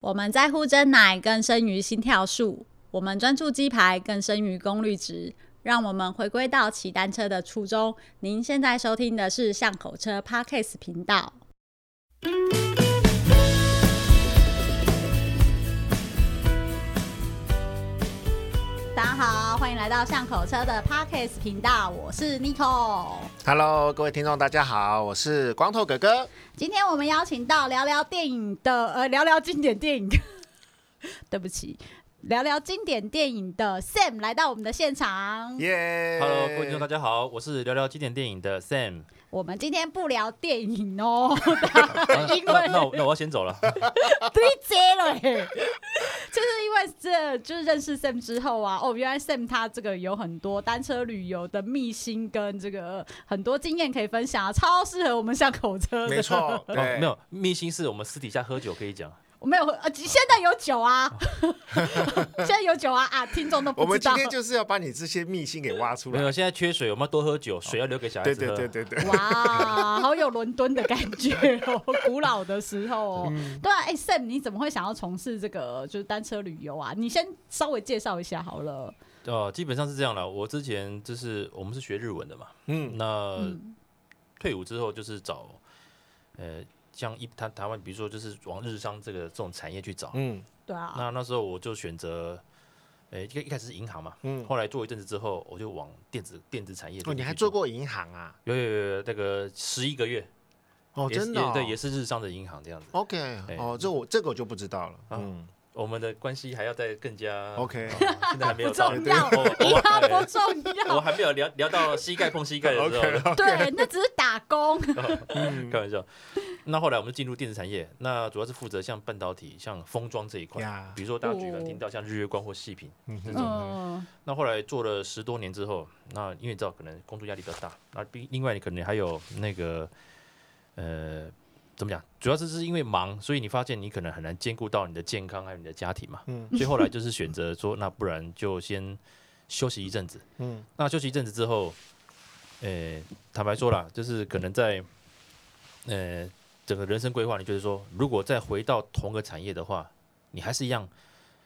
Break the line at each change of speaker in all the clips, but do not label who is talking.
我们在乎真奶更胜于心跳数，我们专注鸡排更胜于功率值。让我们回归到骑单车的初衷。您现在收听的是巷口车 Podcast 频道。大家好，欢迎来到巷口车的 Podcast 频道，我是 n i c o
Hello，各位听众，大家好，我是光头哥哥。
今天我们邀请到聊聊电影的，呃，聊聊经典电影。 对不起，聊聊经典电影的 Sam 来到我们的现场。
耶、
Hello，各位听众，大家好，我是聊聊经典电影 的 Sam。
我们今天不聊电影哦，
啊
因
那
为
那我那我要先走了。
对接了耶， 就是因为这就是认识 Sam 之后啊，哦，原来 Sam 他这个有很多单车旅游的秘辛跟这个很多经验可以分享啊，超适合我们上口车的。
没，错， 对，
哦没，有，秘辛是我们私底下喝酒可以讲。
我没有，呃，现在有酒啊， 现在有酒啊啊，听众都
我
不
们
知
今
道。
天就是要把你这些秘辛给挖出
没
来
有，。现在缺水，我们要多喝酒，水要留给小孩
对
子
对
喝。
哦对对对，
哇，好有伦敦的感觉哦，古老的时候哦。对啊，哎、s a m 你怎么会想要从事这个就是单车旅游啊？你先稍微介绍一下好了。
哦，基本上是这样了。我之前就是我们是学日文的嘛，
嗯，
那、
嗯
退伍之后就是找，呃，像一台台湾，比如说就是往日商这个这种产业去找。
嗯
对啊，
那那时候我就选择，呃，一一开始是银行嘛，
嗯，
后来做一阵子之后，我就往电子电子产业。
哦，你还做？过银行啊？
有有有有，那个十一个月，
哦，
也是
真的、哦
也对，也是日商的银行这样子。
OK，
对
哦，这我这个我就不知道了。
啊
嗯
我们的关系还要再更加
OK
哦现在还没有
不
到，
重要
我我
它
我
不重
我我
要。
还没有聊聊到膝盖碰膝盖的时候
OK，
对，那只是打工。
开玩笑。那后来我们进入电子产业，那主要是负责像半导体、像封装这一块
呀
比如说大家举
哦
凡听到像日月光或细品。
嗯，
那后来做了十多年之后，那因为你知道可能工作压力比较大，那另另外你可能还有那个呃怎么讲，主要是是因为忙，所以你发现你可能很难兼顾到你的健康还有你的家庭嘛，
嗯
所以后来就是选择说，那不然就先休息一阵子。
嗯
那休息一阵子之后，呃，坦白说啦，就是可能在呃整个人生规划，你就是说，如果再回到同个产业的话，你还是一样，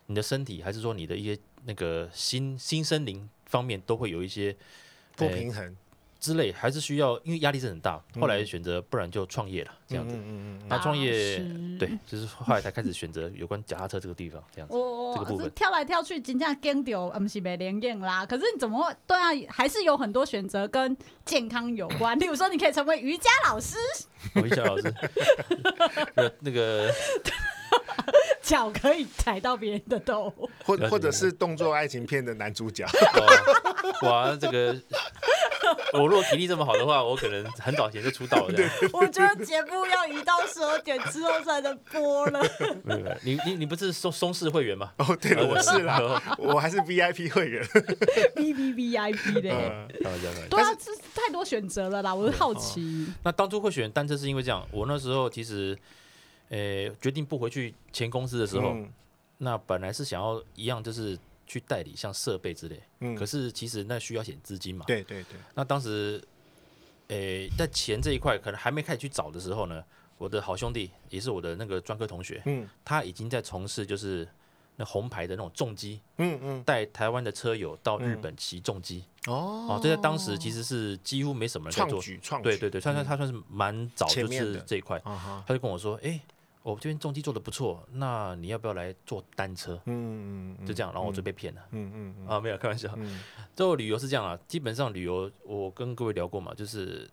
你的身体还是说你的一些那个心心身灵方面都会有一些
不平衡，
之类，还是需要，因为压力是很大。
嗯
后来选择，不然就创业了，这样子。
嗯嗯嗯
那创业
大师，
对，就是后来才开始选择有关脚踏车这个地方，这样子。
我
这个部分
是跳来跳去，真正跟丢，啊不是没连用啦。可是你怎么会？对啊，还是有很多选择跟健康有关。例如说，你可以成为瑜伽老师，
我一下老师， 呃那个
脚可以踩到别人的头。
嗯或或者是动作爱情片的男主 角，
哦哇，这个我如果体力这么好的话，我可能很早前就出道了这样。
我觉得节目要移到十二点之后才能播了。
没有没有你你你不是松松氏会员 吗？
哦，对了，我是 啦
哦，
我还是 VIP 会员。
V V V I P 的，
嗯
开玩笑开玩笑
对啊，这太多选择了啦。我
哦
好奇，
那当初会选单车是因为这样，我那时候其实，呃，决定不回去前公司的时候，
嗯
那本来是想要一样就是去代理像设备之类，
嗯
可是其实那需要一点资金嘛。
对对对，
那当时，诶、在钱这一块可能还没开始去找的时候呢，我的好兄弟也是我的那个专科同学，
嗯
他已经在从事就是那红牌的那种重机，
嗯嗯，
带台湾的车友到日本骑重机、
哦，
哦，这在当时其实是几乎没什么人在
创
做，
举创举，嗯
对对对，他算他算是蛮早
前
就
面
是
的
这一块，
啊哈，
他就跟我说，诶，我这边重机做的不错，那你要不要来做单车？
嗯嗯嗯，
就这样，然后我就被骗了。
嗯嗯嗯
啊，没有开玩笑。
嗯
最后旅游是这样啊，基本上旅游我跟各位聊过嘛，就是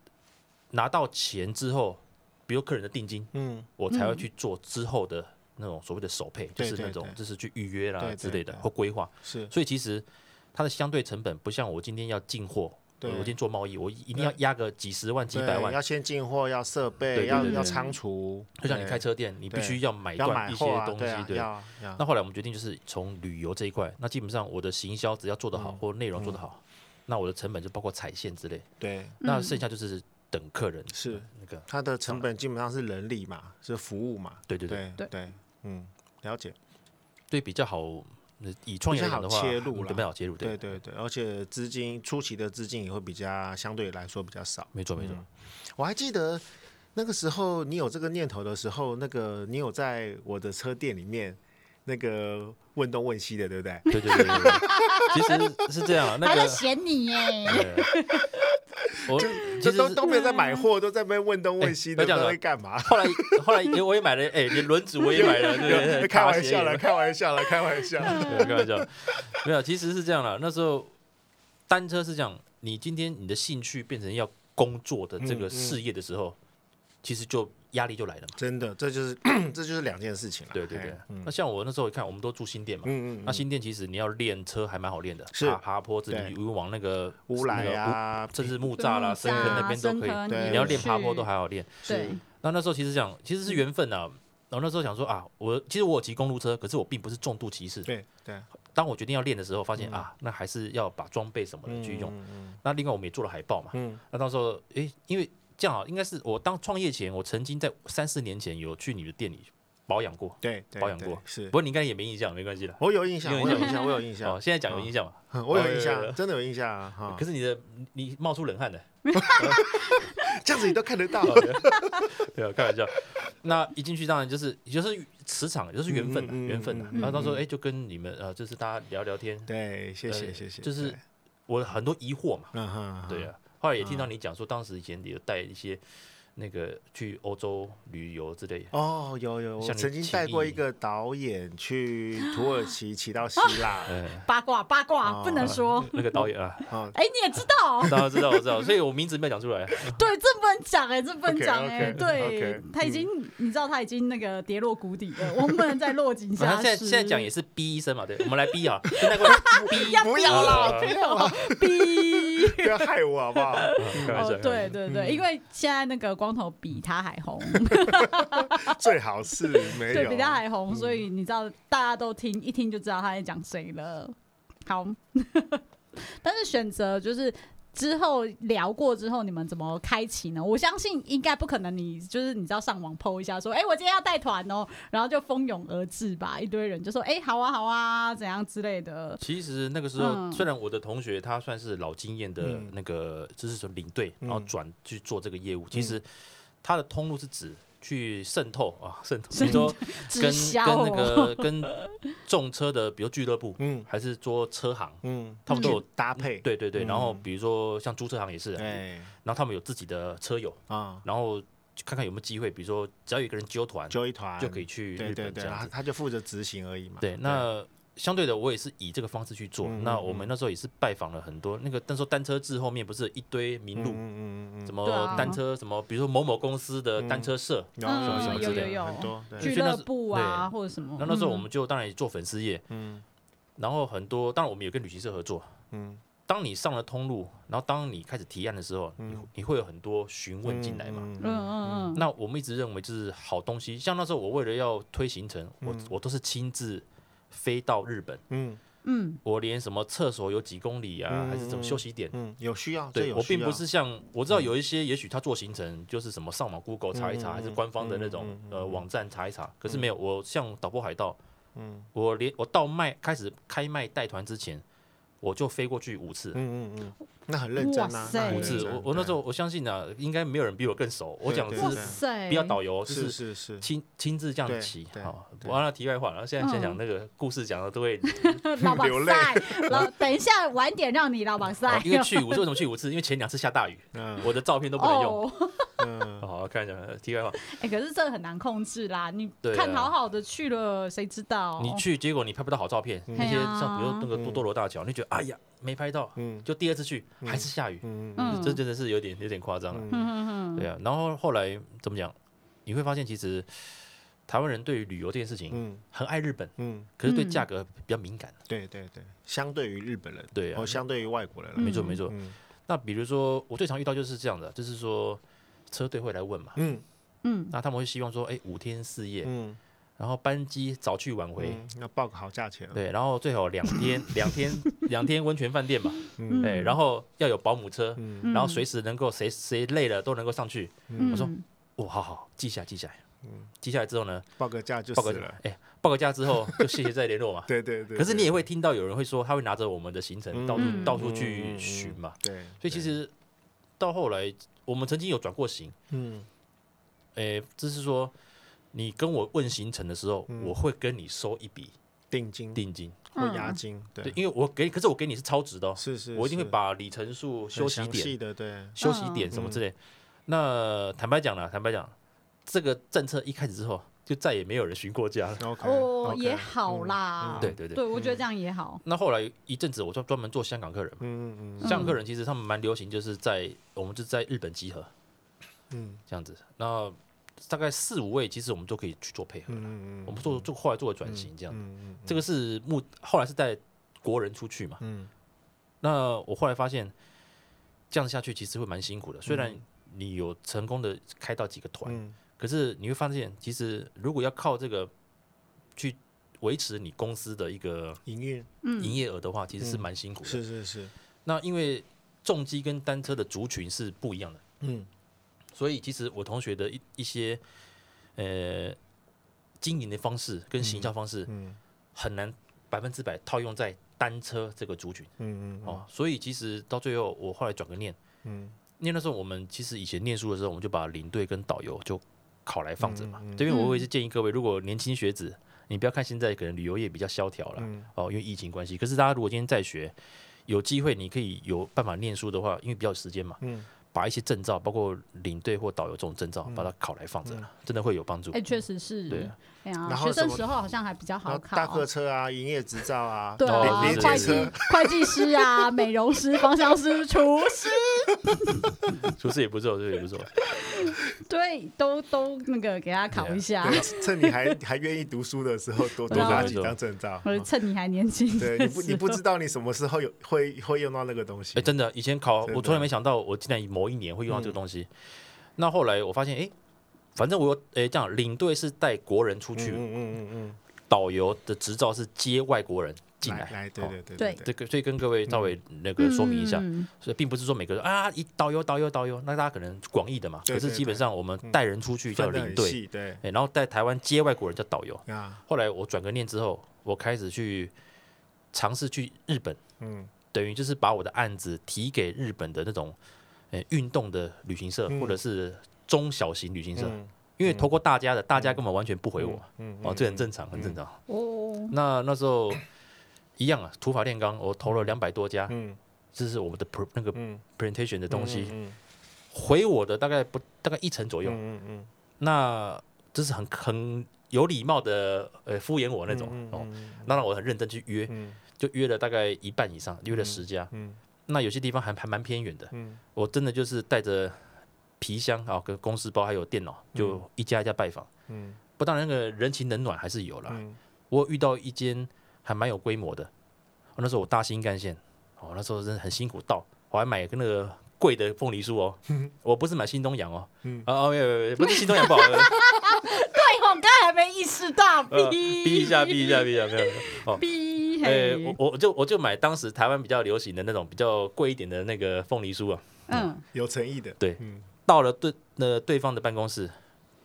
拿到钱之后，比如客人的定金，
嗯
我才会去做之后的那种所谓的首配，就
对
是那
对
种
对
就是去预
对
约啦
对
之类的
对
或规划。
是
所以其实它的相对成本不像我今天要进货，我
对
今天做贸易，我一定要压个几十万、几百
对
万。
要先进货，要设备，
对对
要
对
要
对
仓储，
就像你
对
开车店，你必
对
须要买
要
断
买
一
货
些
啊
东
对啊
西，对。
要要
那后来我们决定就是从旅游这一块，那基本上我的行销只要做得好，
嗯
或内容做得好，那我的成本就包括踩线之类，
对
那剩下就是等客人
是
那个。
它的成本基本上是人力嘛，是服务嘛，
对对对，
对
对对，嗯，了解，
所以比较好，呃以创业来讲的话，
比
嗯
较好切入啦
准备好切入，
对对对，而且资金初期的资金也会比较相对来说比较少。
没错没错。
我还记得那个时候你有这个念头的时候，那个你有在我的车店里面那个问东问西的，对不对？
对对对对 对，其实是这样啊，那
还在
个
嫌你耶，
对我其
就
实
都
是
都没有在买货，都在那边问东问西的，
哎不要
不
这
知道在
样子
干嘛？
后来后来也我也买了，哎，连轮子我也买了，对对 对，
开
卡
玩
鞋
笑
也
了，开玩笑了，开玩笑。
对，开玩笑，没有，其实是这样啦。那时候单车是这样，你今天你的兴趣变成要工作的这
嗯
个
嗯
事业的时候，其实就压力就来了嘛。
真的，这就是 这就是两件事情了。
对对对
哎，嗯
那像我那时候一看，我们都住新店嘛，
嗯嗯
那
嗯，
新店其实你要练车还蛮好练的，
是
爬爬坡子，
对
你往那个
乌来，啊
那个乌，甚至木栅啦、
木
深坑那边都可
啊深坑
以。
对
你要练
去
爬坡都还好练。
对，
那那时候其实讲，其
嗯
实是缘分啊。然后那时候想说啊，我其实我有骑公路车，可是我并不是重度骑士。
对对，
当我决定要练的时候，发现、
嗯
啊，那还是要把装备什么的去用。
嗯，嗯
那另外我们也做了海报嘛。
嗯
那到时候，诶、因为这样啊，应该是我当创业前，我曾经在三四年前有去你的店里保养过，
对，对
保养
对
过
是
不。过你应该也没印象，没关系啦。
我有印象，
有
我有
印
印象，
象
我有印象嗯
哦，，现在讲有印象嘛？
哼我有印
哦有有有
象，真的有印象啊！哈
可，是你的你你冒出冷汗的，
哎这样子你都看得到，
对啊，开玩笑。那一进去当然就是就是磁场，就是缘分啊，
嗯嗯嗯
缘分啊。
嗯
然后到时候
嗯
诶，就跟你们呃，就是大家聊聊天，
对，谢谢
呃
谢谢，
就是
对
我很多疑惑嘛，
嗯哼，
对
啊，
啊，后来也听到你讲说，当时以前有带一些那个去欧洲旅游之类的，
哦，有有，我
像你
曾经
记
带过
忆
一个导演 去土耳其，骑到希 腊，
呃，
八卦八卦
哦
不能说。
那个导演啊，
哦，
哎，你也知道，
大家知道我知道，所以我名字没有讲出来，啊
对，这不能讲哎，这不能讲哎，
OK，OK，
对
OK，
他
嗯
已经，你知道他已经那个跌落谷底了，我们不能再落 井
反
下
正
石。
哦现在现在讲也是 B 医生嘛，对，我们来 B 啊，就那个 B
不要啦，
呃
不要啦，
逼。
不要害我好不 好？
开
哦，对，
玩笑嗯开玩笑
对对，因为现在那个光头比他还红，
最好是没
对
有
比他还
嗯
红，所以你知道大家都听一听就知道他在讲谁了。好， 但是选择就是。之后聊过之后，你们怎么开启呢？我相信应该不可能你，就是你知道上网 PO 一下说，哎、我今天要带团哦，然后就蜂拥而至吧，一堆人就说，哎、好啊，好啊，怎样之类的。
其实那个时候，
嗯
虽然我的同学他算是老经验的
嗯
那个，就是说领队，
嗯
然后转去做这个业务，其实他的通路是指去渗透啊，渗透，
渗
你说
直
跟
销哦
跟那 个跟重车的，比如俱乐部，
嗯
还是做车行，
嗯，
他们都有。
搭配，
对对对，然后
嗯
比如说像租车行也是啊，嗯
哎
然后他们有自己的车友，
啊，
然后就看看有没有机会，比如说只要有一个人揪团，
揪一团
就可以去
对
日
对
本
对，
这
然
样
后
子。
他就负责执行而已嘛。啊
对，那相对的，我也是以这个方式去做。
嗯
那
嗯
我们
嗯
那时候也是拜访了很多那个，那时候单车制后面不是有一堆
嗯
名录，
嗯嗯嗯嗯，
什么
对啊
单车什么，比如说某某公司的单
嗯
车社，
有
嗯
什么
有
之
有
类的
有
很多，对
俱
所以那
乐
时
部啊，或者什么。
那那时候
嗯
我们就当然也做粉丝业，
嗯
然后很多，当然我们也跟旅行社合作。
嗯，
当你上了通路，然后当你开始提案的时候，你
嗯
你会有很多询问进来嘛？
嗯
嗯嗯嗯，
那我们一直认为就是好东西，像那时候我为了要推行程，我
嗯
我都是亲自飞到日本，
嗯
嗯，
我连什么厕所有几公里啊，
嗯
还是什么休息点，
嗯，有需要，这
对
有
我
需
并不
要嗯
是像我知道有一些，也许他做行程就是什么上网 Google 查一查，
嗯嗯
还是官方的那种、
嗯嗯嗯
呃
嗯
网站查一查，可是
嗯
没有，我像导播海盗，
嗯
我连我到卖开始开卖带团之前，我就飞过去五次。
嗯嗯嗯，那很认真啊，
哇塞对
五次，我我那时候我相信啊，应该没有人比我更熟。我
对
讲的
对
哇
是
对
塞，
不要导游，就是是
是是，
亲亲自这
对
样骑。
对
好，
对
完了题外话，然后现在想
嗯
想那个故事讲的都会
老板
流泪
赛，老等一下晚点让你老板赛
哦，因为去五次为什么去五次？因为前两次下大雨，
嗯
我的照片都不能用。
哦，
嗯，
好，看一下呃题外话，
哎，可是这很难控制啦，你
对啊
看好好的去了，谁知道？
你去结果你拍不到好照片，
嗯
那些
嘿啊
像比如那个多多罗大桥，你就觉得哎呀没拍到，
嗯
就第二次去
嗯
还是下雨，
嗯
嗯
这真的是有点有点夸张了。
嗯，嗯嗯
对啊，然后后来怎么讲？你会发现其实台湾人对于旅游这件事情
嗯
很爱日本，
嗯，
可是对
嗯
价格比较敏感。
对对对，相对于日本人，
对啊
哦，，相对于外国人
嗯
了，
没错没错。
嗯
那比如说我最常遇到就是这样的，就是说车队会来问嘛，
嗯
嗯，
那他们会希望说，哎，五天四夜，
嗯，
然后班机早去晚回，
嗯要报个好价钱，
对，然后最好两天两天两天温泉饭店嘛，
嗯
哎，
嗯
然后要有保姆车，
嗯
嗯
然后随时能够谁谁累了都能够上去。
嗯
我说哦，好好记下来记下来，记下来之后呢，
报个价就
报个
死了，。
哎报个价之后就谢谢再联络嘛
对对 对，
可是你也
会
会听到有人会说他会拿着我们的行程到处
嗯
到处去寻嘛，
对，
所以其
对
实到后来我们曾经有转过型，
嗯
诶，就是说你跟我问行程的时候，我会跟你收一笔
定金
定金，
或
嗯
押金，
对
对，，
因为我给，可是我给你是超值的、哦，
是是，
我一定会
是
把里程数、
很
休息
详
点、
细嗯的，对，
休息点什么之类。那坦白讲了，坦白讲，这个政策一开始之后，就再也没有人询过价了。
OK，
哦，
OK，
也好啦，
嗯对对对
对，我觉得这样也好。
那后来一阵子，我专专门做香港客人嘛，
嗯嗯嗯
香港客人其实他们蛮流行，就是在我们就在日本集合
嗯
这样子，那大概四五位，其实我们都可以去做配合。
嗯嗯，
我们做做后来做了转型，这样，
嗯
这个是目后来是带国人出去嘛。
嗯
那我后来发现，这样下去其实会蛮辛苦的。虽然你有成功的开到几个团，
嗯
可是你会发现，其实如果要靠这个去维持你公司的一个
营运
营业额的话，其实是蛮辛苦的。
嗯是是是，
那因为重机跟单车的族群是不一样的，
嗯
所以其实我同学的一一些呃经营的方式跟行销方式
嗯
很难百分之百套用在单车这个族群
嗯嗯
哦，所以其实到最后我后来转个念，
嗯
因为那时候我们其实以前念书的时候，我们就把领队跟导游就考来放着嘛。
嗯嗯
这边我也是建议各位，如果年轻学子，你不要看现在可能旅游业比较萧条了、
嗯
哦，因为疫情关系。可是大家如果今天在学，有机会你可以有办法念书的话，因为比较有时间嘛，
嗯，
把一些证照，包括领队或导游这种证照，把它考来放着，真的会有帮助。
哎， 确实是，
嗯对啊
哎呀，
然后
学生
什么
时候好像还比较
然
好
后
考。
大客车啊，营业执照啊，
对啊，
哦
连
连
会
接
接
计
车，
会计师啊， 美容师、芳香师、厨师，
厨师也不错，这也不错。
对，都都那个给他考一下，
趁你还还愿意读书的时候，多多拿几张证照。
或者趁你还年轻的时候。
对，你不你不知道你什么时候有会会用到那个东西
哎、。真的，以前考
真的嗯
我从来没想到，我竟然某一年会用到这个东西。那后来我发现，哎、反正我有哎、这样，领队是带国人出去，
嗯嗯嗯嗯，
导游的执照是接外国人进来。
来，对
哦
对对
这
对，嗯
个，所以跟各位稍微那个 说明一下，
嗯
所以并不是说每个人啊，一导游导游导游，那大家可能广义的嘛。
对嗯
可是基本上我们带人出去叫
分的
领
很
队，
细，对
哎、然后带台湾接外国人叫导游。
啊，
后来我转个念之后，我开始去尝试去日本，
嗯
等于就是把我的案子提给日本的那种，呃，运动的旅行社、
嗯
或者是中小型旅行社，
嗯
因为透过大家的，大家根本完全不回我，
嗯
哦，这很正常，很正常。
哦，
那那时候一样啊，土法炼钢，我投了两百多家，
嗯
这是我们的 pre 那个
嗯
presentation 的东西，
嗯
回我的大概不大概一成左右，
嗯嗯
那这是很很有礼貌的，呃，敷衍我那种、哦。那让我很认真去约，
嗯
就约了大概一半以上，约了十家。
嗯
那有些地方还还蛮偏远的，
嗯
我真的就是带着皮箱啊、跟公司包还有电脑，就一家一家拜访。
嗯
不，当然那个人情冷暖还是有啦。
嗯
我遇到一间还蛮有规模的，哦那时候我搭新干线，哦，那时候真的很辛苦到，我还买个那个贵的凤梨酥 哦，我不是买新东阳哦，
嗯
啊哦，没有没有没有，不是新东阳不好呃喝，
对哦，我刚才还没意识到，
呃
逼
逼一下逼一下逼一下，没有没有哦。
逼，
呃，
嘿，
我我就我就买当时台湾比较流行的那种比较贵一点的那个凤梨酥啊，
嗯，
有诚意的，
对
嗯
到了对呃对方的办公室，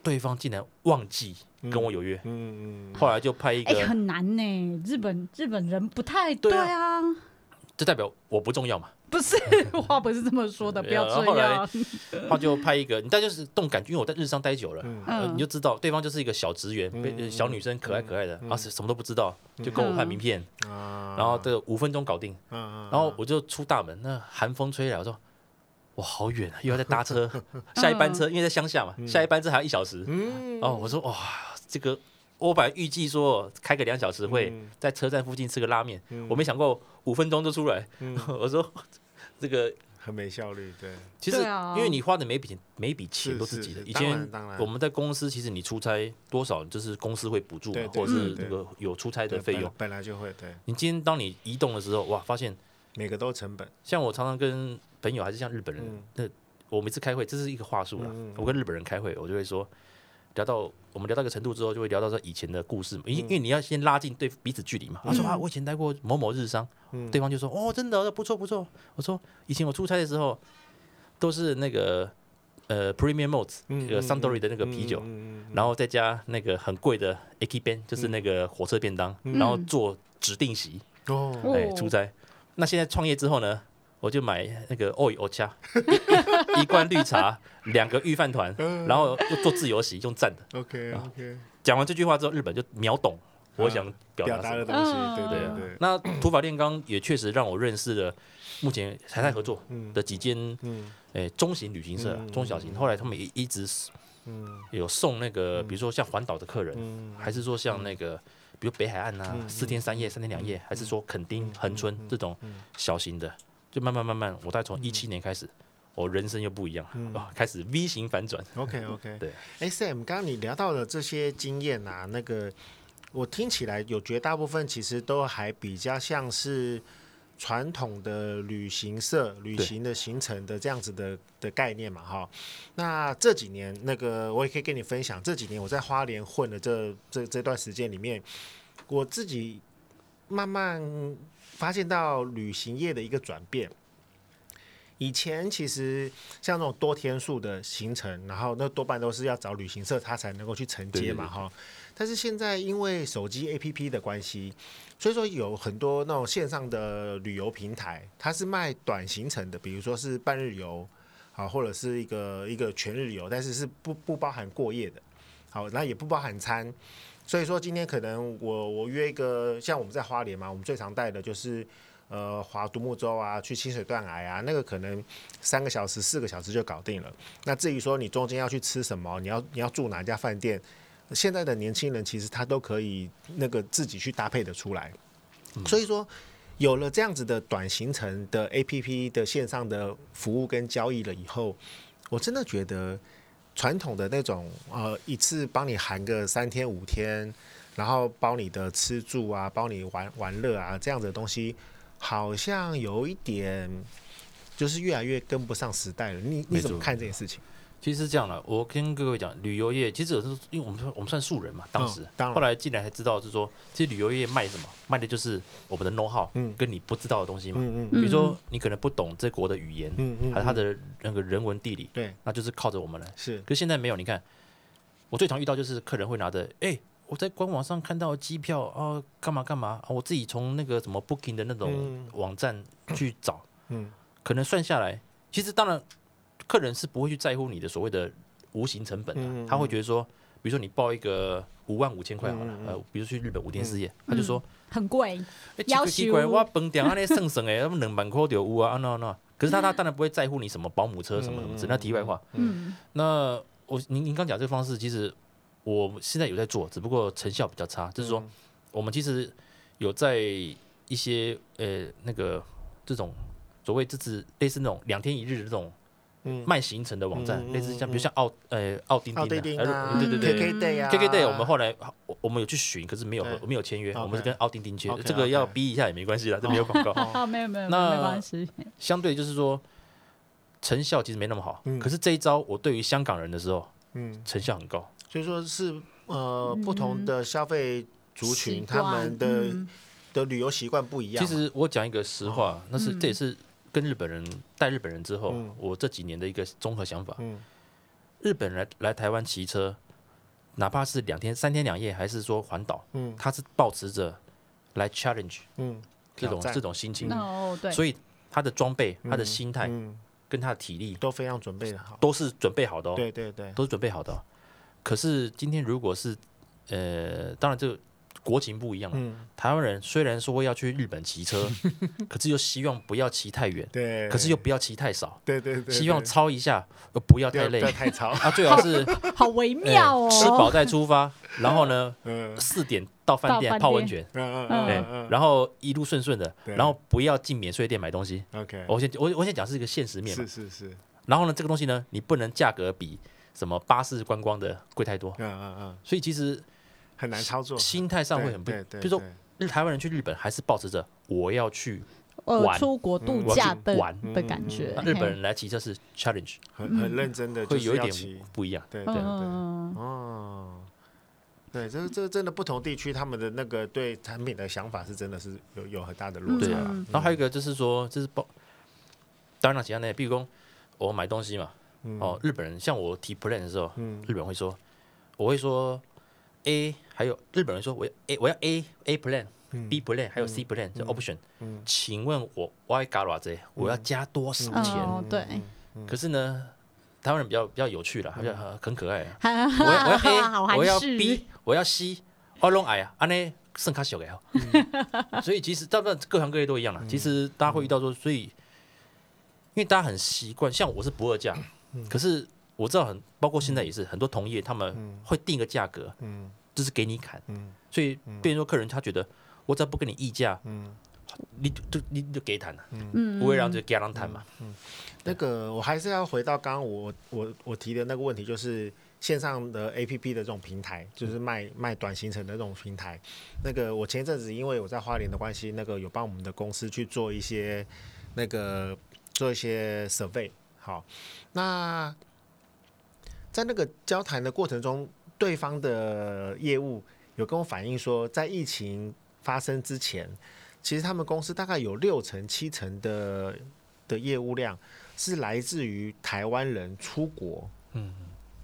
对方竟然忘记跟我有约，
嗯
后来就派一
哎，
个，
很难呢，日本日本人不太
对啊
啊，
就代表我不重要嘛，
不是 话不是这么说的，不
对啊
要
然
这
后
样，
他就派一个，你但就是动感觉，因为我在日商待久了，
嗯
呃
嗯
你就知道对方就是一个小职员，
嗯
被呃
嗯
小女生可爱可爱的，啊什什么都不知道，就跟我换名片，
嗯啊，
然后这个五分钟搞定，
然
然后我就出大门，那寒风吹来，我说。我好远啊，又要再 搭车，下一班车，因为在乡下嘛，下一班车还要一小时。
嗯
哦，我说哇，这个我本来预计说开个两小时会，
嗯
在车站附近吃个拉面，
嗯
我没想过五分钟就出来。
嗯
我说这个
很没效率，对，
其实
对啊
因为你花的每笔钱每笔钱
是
都自己的，
是
以
当然
前
当然
我们在公司其实你出差多少就是公司会补助嘛
对，对
或者是
对对
那个有出差的
对
费
本
用。
本来就会对，
你今天当你移动的时候，哇，发现
每个都成本，
像我常常跟朋友还是像日本人
嗯，
那我每次开会这是一个话术啦
嗯嗯嗯。
我跟日本人开会，我就会说。聊到我们聊到一个程度之后，就会聊到说以前的故事嘛，
嗯
因因为你要先拉近对彼此距离嘛。他说啊，我以前待过某某日商，
嗯
对方就说哦，真的不错不错。我说以前我出差的时候都是那个呃 Premium m o d s
嗯
那个
嗯
Suntory 的那个啤酒，
嗯嗯
然后再加那个很贵的 a k i b e n 就是那个火
嗯
车便当，然后做指定席，
嗯哦，
哦
啊哎，出差。那现在创业之后呢，我就买那个 o 欧加一罐绿茶，两个御饭团，
嗯
然后又做自由席，用站的。
OK OK，
讲完这句话之后，日本就秒懂我想表
表
达
达的
什么。
东西，
嗯
对
对
对
啊
对，，
那土法炼钢也确实让我认识了目前台泰合作
嗯
的几间
嗯
诶中型旅行社啊
嗯，
中小型。后来他们也一直
嗯
有送那个，比如说像环岛的客人，
嗯，
还是说像那个，比如北海岸啊
嗯，嗯
四天三夜、三天两夜，还是说垦丁、恒春这种
嗯
小型的，就慢慢慢慢，我大概从一七年开始，我人生又不一样
嗯
啊，开始 V 型反转。
OK OK，
对。
哎，Sam，刚刚你聊到的这些经验啊，那个我听起来有绝大部分其实都还比较像是传统的旅行社、旅
对
行的行程的这样子的的概念嘛，哈。那这几年，那个我也可以跟你分享，这几年我在花莲混的这这这段时间里面，我自己慢慢发现到旅行业的一个转变。以前其实像那种多天数的行程，然后那多半都是要找旅行社，他才能够去承接嘛，
对对对
哈。但是现在因为手机 APP 的关系，所以说有很多那种线上的旅游平台，它是卖短行程的，比如说是半日游，好，或者是一个一个全日游，但是是不不包含过夜的，好，那也不包含餐。所以说今天可能我我约一个，像我们在花莲嘛，我们最常带的就是呃划独木舟啊，去清水断崖啊，那个可能三个小时、四个小时就搞定了。那至于说你中间要去吃什么，你要你要住哪一家饭店，现在的年轻人其实他都可以那个自己去搭配的出来。
嗯
所以说，有了这样子的短行程的 A P P 的线上的服务跟交易了以后，我真的觉得传统的那种呃一次帮你含个三天五天，然后包你的吃住啊，包你玩玩乐啊这样子的东西，好像有一点就是越来越跟不上时代了。你你
没
怎么
错
看这件事情？
其实是这样了，我跟各位讲，旅游业其实有时候，因为我们我们算素人嘛，嗯当时，
当然
后来进来才知道，是说其实旅游业卖什么，卖的就是我们的 know how，
嗯
跟你不知道的东西嘛。
嗯嗯
比如说你可能不懂这国的语言，
嗯嗯，
还有它的那个人文地理，
对
那就是靠着我们来。
是
可是现在没有，你看，我最常遇到就是客人会拿着，哎、我在官网上看到机票啊，干嘛干嘛啊，我自己从那个什么 Booking 的那种
嗯
网站去找，
嗯
可能算下来，其实当然客人是不会去在乎你的所谓的无形成本的、
嗯嗯
他会觉得说，比如说你报一个五万五千块好了，
嗯嗯嗯
呃，比如去日本五天四夜，他就说，
很贵，
哎、奇
要
怪
求
奇怪，我饭店安尼算算诶，他们两万块就有啊，啊那那，可是他他当然不会在乎你什么保姆车什么什么之类，那题外话。
嗯
那我您您刚讲这个方式，其实我现在有在做，只不过成效比较差。就
嗯
是说，我们其实有在一些呃那个这种所谓就是类似那种两天一日的这种
嗯
卖行程的网站，
嗯嗯
类似像
嗯
比如像奥呃奥丁
奥地
丁
利
啊
啊
呃对对对。
，K K Day 啊
K K Day，我们后来我我们有去寻，可是没有
对
合没有签约，
OK
我们是跟奥丁丁签，
OK，哦
这个要
OK
逼一下也没关系啦，这没有广告。
啊，没有没有没
哦那
有没关系，
相对就是说，成效其实没那么好，
嗯
可是这一招我对于香港人的时候
嗯，
成效很高，
所以说是呃不同
嗯
的消费族群
习
他
惯
们的
嗯
的旅游习惯不一样
其
嘛。
实我讲一个实话，那是
嗯
这也是跟日本人带日本人之后
嗯，
我这几年的一个综合想法。
嗯
日本人来来台湾骑车，哪怕是两天、三天两夜，还是说环岛，
嗯
他是保持着来 challenge
嗯，
这种
挑战
这种心情
那，哦对，
嗯所以他的装备、
嗯
他的心态
嗯
跟他的体力
都非常准备的好。
都是准备好的哦，
对对对，
都是准备好的哦。可是今天如果是呃，当然这个国情不一样了，
嗯
台湾人虽然说要去日本 骑车，可是又希望不要骑太远。
对，
可是又不要骑太少，
对对对，
希望
对
超一下，呃不要
不要
太累
不要太 吵。
啊，最好是
好微妙哦，
呃吃饱再出发，然后呢
嗯
四点到饭
到
店
饭店
泡温泉，
嗯
嗯
哎
嗯，嗯
然后一路顺顺的，
对
然后不要进免税店买东西。哦
嗯，OK，
我先我我先讲是一个现实面嘛
是，是是，
然后呢这个东西呢你不能价格比什么巴士观光的贵太多
嗯，嗯嗯，
所以其实
很难操作，
心态上会很不，
对对，
比如说
对
日台湾人去日本还是保持着我要去
呃
玩
出国度
我
假
要去
的
玩，
的感觉
嗯那，日本人来骑车是 challenge，
很很认真的，
会有一
骑
点，不一样。
对
嘿
对
嗯
对。
嗯嗯
哦，对，这这真的不同地区他们的那个对产品的想法是真的是有有很大的落差
对啊
啦
嗯。
然后还有一个就是说，就是包，当然了，其他那，比如说我买东西嘛，
嗯
哦，日本人像我提 plan 的时候，
嗯
日本人会说，我会说 A，还有日本人说我要 A，我要 A A plan，
嗯
B plan 还有 C plan 就 option，
嗯
请问我 Y g a r a 这我要加多少钱？
哦，对，
嗯
可是呢，台湾人比较比较有趣啦，比较很可爱啊。
哈
我要我
哈
要
哈好
A，我
含
要
蓄
B，，我要 C，我拢矮啊，安尼剩卡小个哦。所以其实大部分各行各业都一样啦。其实大家会遇到说，所以因为大家很习惯，像我是不二价，可是我知道很，包括现在也是很多同业他们会定一个价格，
嗯
就是给你砍，
嗯
所以变成说客人他觉得我只要不跟你议价，
嗯，
你就你就给谈了，
嗯，
不会让就给他谈嘛。
那个我还是要回到刚刚我我我提的那个问题，就是线上的 A P P 的这种平台，就是卖卖短行程的这种平台。那个我前一阵子因为我在花莲的关系，那个有帮我们的公司去做一些那个做一些 survey。好，那在那个交谈的过程中，对方的业务有跟我反映说，在疫情发生之前，其实他们公司大概有六成七成的的业务量是来自于台湾人出国，
嗯，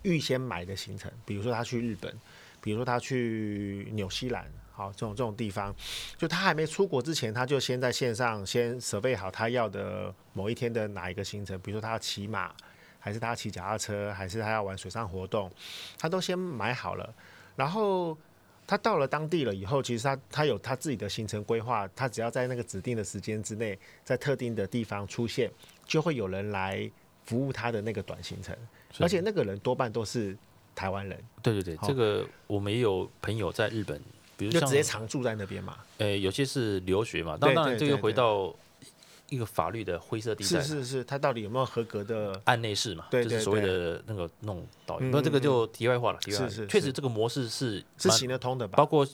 预先买的行程，比如说他去日本，比如说他去纽西兰，好这种这种地方，就他还没出国之前，他就先在线上先准备好他要的某一天的哪一个行程，比如说他要骑马，还是他要骑脚踏车，还是他要玩水上活动，他都先买好了，然后。他到了当地了以后，其实他他有他自己的行程规划，他只要在那个指定的时间之内，在特定的地方出现，就会有人来服务他的那个短行程，
是
而且那个人多半都是台湾人，
对对对，
好
这个我们也有朋友在日本，比如
就
像
直接常住在那边嘛。
呃，有些是留学嘛，当
对
当然
对
这个
对
回
对
到一个法律的灰色地带
是
啦，
是是，他到底有没有合格的？
案内事嘛，
对
就
对
是所谓
对
的那个那种导
嗯
游。不，这个就题外话了，题外话
是是
确实
是
这个模式是
是
蛮
行得通的吧
包？括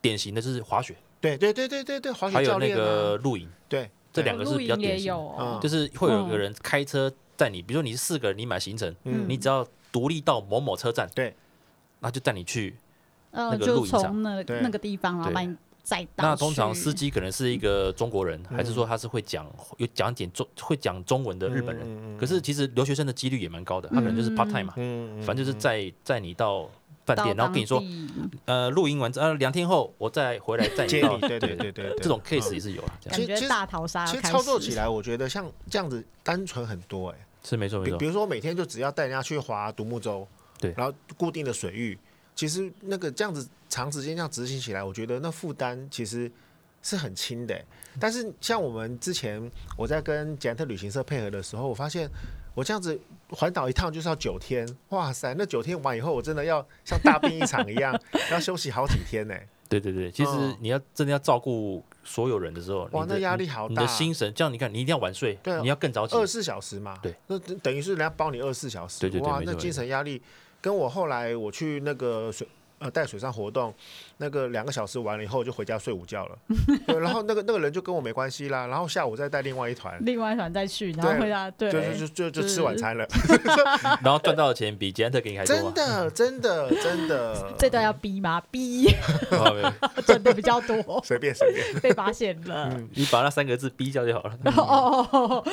典型的就是滑雪，
对对对对对对，滑
还
雪
有
教
那
练
个
啊，嗯
露营，
对
这
对
两个是
露
比较
营
典
也
型嗯
有
的，
哦，
就是会有一个人开车载你，比如说你是四个人，你买行程，
嗯
你只要独立到某某车站，
对，
那就带你去。
呃，
那个
就
露营场
从那
对
那个地方，然后
对
把你载到。
那通常司，机可能是一个中国人，还是
嗯
说他是会讲有讲一点中会讲中文的日本人？
人
可是
嗯
其实留学生的几率也蛮高的，他可能就是 part time 嘛，
嗯，嗯
反正就是载载你到饭
到
店，然后
当
跟你说，
地
呃，露营完之呃两天后我再回来载
接
到，
你，对对对对，对
这种
嗯
case 也是有啊，这
感
样
其实
觉
其实
大逃杀要
其实
开
操作
始
起来，我觉得像这样子单纯很多哎。
是没错没
比
错
比，如说，我每天就只要带人家去划独木舟，
对
然后固定的水域，其实那个这样子长时间这样执行起来，我觉得那负担其实是很轻的欸。但是像我们之前我在跟捷安特旅行社配合的时候，我发现我这样子环岛一趟就是要九天，哇塞，那九天完以后，我真的要像大病一场一样， 要休息好几天呢。
对对对，其实
嗯
你要真的要照顾所有人的时候，
哇
你的
那压力好
你
大啊
你的心神，这样你看你一定要晚睡，
对啊
你要更早起
二，十四小时嘛，
对，
那等等于是人家包你二十四小时，
对对对
哇
没，错
那精神压力跟我后来我去那个水呃带水上活动，那个两个小时完了以后就回家睡午 觉了，对，然后那个那个人就跟我没关系啦，然后下午再带另外一团，
另外一团再去，然后
对
回答对
就，就就就
就是
吃 晚餐了，
然后赚到的钱比捷安特给你还多
啊真
啊，
的真的 真的，
这段要逼吗？逼，
哦好没有
准的比较多，
随便随便，
被发现了。
你把那三个字逼掉就好了。
哦，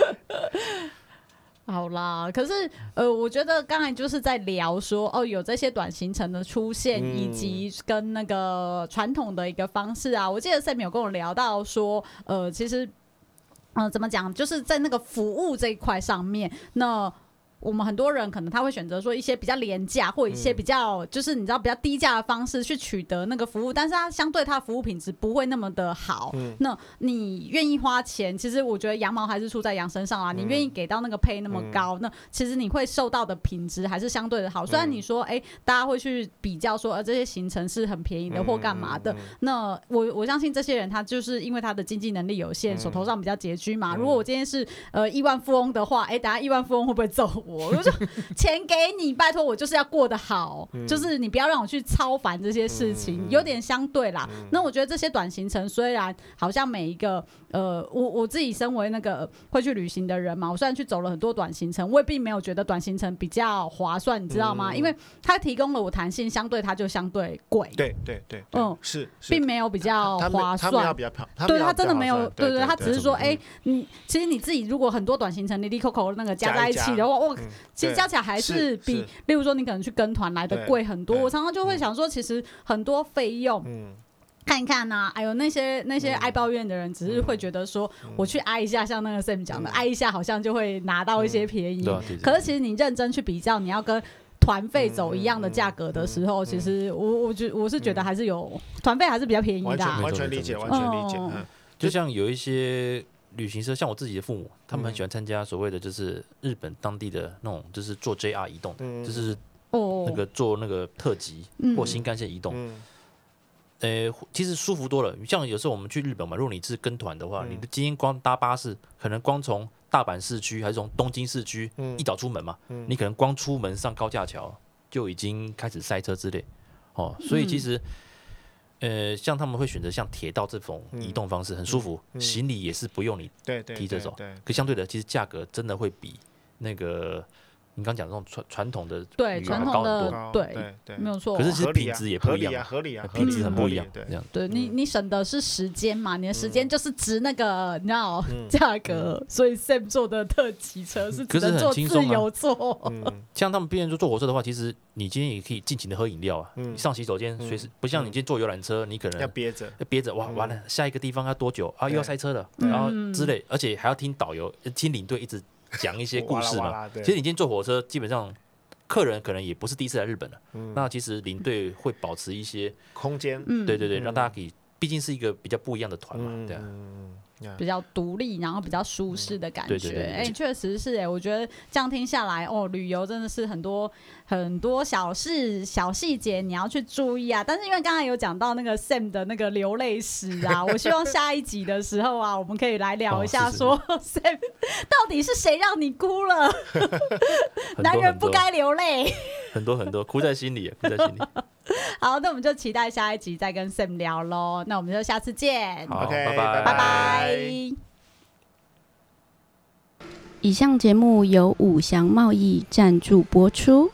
好啦，可是呃，我觉得刚才就是在聊说，哦，有这些短行程的出现，
嗯
以及跟那个传统的一个方式啊。我记得 Sam 有跟我聊到说，呃，其实，嗯、怎么讲，就是在那个服务这一块上面，那。我们很多人可能他会选择说一些比较廉价或一些比较就是你知道比较低价的方式去取得那个服务，但是它相对它的服务品质不会那么的好。那你愿意花钱，其实我觉得羊毛还是出在羊身上啦。啊你愿意给到那个配那么高，那其实你会受到的品质还是相对的好。虽然你说，哎、大家会去比较说，呃，这些行程是很便宜的或干嘛的。
嗯
那我我相信这些人，他就是因为他的经济能力有限，手头上比较拮据嘛。如果我今天是呃亿万富翁的话，哎、等下亿万富翁会不会揍我？ 我就钱给你，拜托我就是要过得好，就是你不要让我去操烦这些事情，有点相对啦。那我觉得这些短行程虽然好像每一个呃，我我自己身为那个呃会去旅行的人嘛，我虽然去走了很多短行程，我也并没有觉得短行程比较划算，你知道吗？因为它提供了我弹性，相对它就相对贵，
对对对，对
嗯
是是
并没有比较
他们
划
他们要
算。
比较漂，他们
对
要
他真的
比较
没有
划，
对
算对，
他只是说，
对
哎，你其实你自己如果很多短行程，你 Coco 那个加
加
在
一
一起
加
的话，我
嗯
其实
对
加起来还
是
是比
是，
例如说你可能去跟团来的
对
贵很多。
对
我常常就会想说，其实很多费用
嗯
看一看呐、哎呦，那些那些爱抱怨的人，只是会觉得说，我去挨一下，像那个 Sam 讲的，
嗯
挨一下好像就会拿到一些便宜。
对啊对对
可是其实你认真去比较，你要跟团费走一样的价格的时候，
嗯嗯嗯嗯嗯
其实我我觉我是觉得还是有团费还是比较便宜
完
的、啊
全。
没
完
错
全
没
理
错
解，
没
完
错
全理解，
哦
嗯
就像有一些旅行社，像我自己的父母，他们很喜欢参加所谓的就是日本当地的那种，就是坐 JR 移动的，
嗯
就是
哦，
那个坐那个特急
嗯
或新干线移动。
嗯
呃，其实舒服多了。像有时候我们去日本嘛，如果你是跟团的话，
嗯
你今天光搭巴士，可能光从大阪市区还是从东京市区
嗯
一早出门嘛，
嗯
你可能光出门上高架桥就已经开始塞车之类，哦，所以
嗯
其实，呃，像他们会选择像铁道这种
嗯
移动方式，很舒服，行李也是不用你
对对
提着
对
走
对，
可相对的，其实价格真的会比那个你刚讲的那种传传统的
对
旅游
传
啊高
统
很
的
多，
高
呃对，
对对，
没有错。
可是其
合
实
理
品
啊
质也不
合
一
理啊，
样，呃
合理啊，合
品
理
质
啊
很
合
不一
理
样。
对
这，样
对你，你省的是时间嘛？你的时
嗯
间就是值那个，你知道
嗯
价格，所以 Sam 坐的特级车是只
可是
能
很
坐
轻
自
松啊
由座，
嗯
像他们别人就坐火车的话，其实你今天也可以尽情的喝饮料啊，
嗯
你上洗手间随时，不像你今天坐游览车，你可能
要憋着，
要憋着，哇，完了，下一个地方要多久啊？
对
又要塞车了，
嗯
然后之类，而且还要听导游、呃听领队一直讲一些故事
哇啦哇
嘛
啦。对
其实你今天坐火车，基本上客人可能也不是第一次来日本了，
嗯
那其实领队会保持一些，
空间，
嗯，
对对对，让大家可以，毕竟是一个比较不一样的团嘛，对啊，
嗯嗯
比较独立，然后比较舒适的感
对对
觉
对对。
哎，确实是哎，我觉得这样听下来，哦，旅游真的是很多很多小事、小细节你要去注意啊。但是因为刚才有讲到那个 Sam 的那个流泪史 啊，我希望下一集的时候啊，我们可以来聊一下，
哦是是
说 Sam 到底是谁让你哭了？
很
男
多
人
很
不
多
该流泪。
很多很多，哭在心里，啊哭在心里。
好，那我们就期待下一集再跟 Sam 聊喽。那我们就下次见，
好
，OK，
拜拜
拜
拜
拜。
以上节目由五祥贸易赞助播出。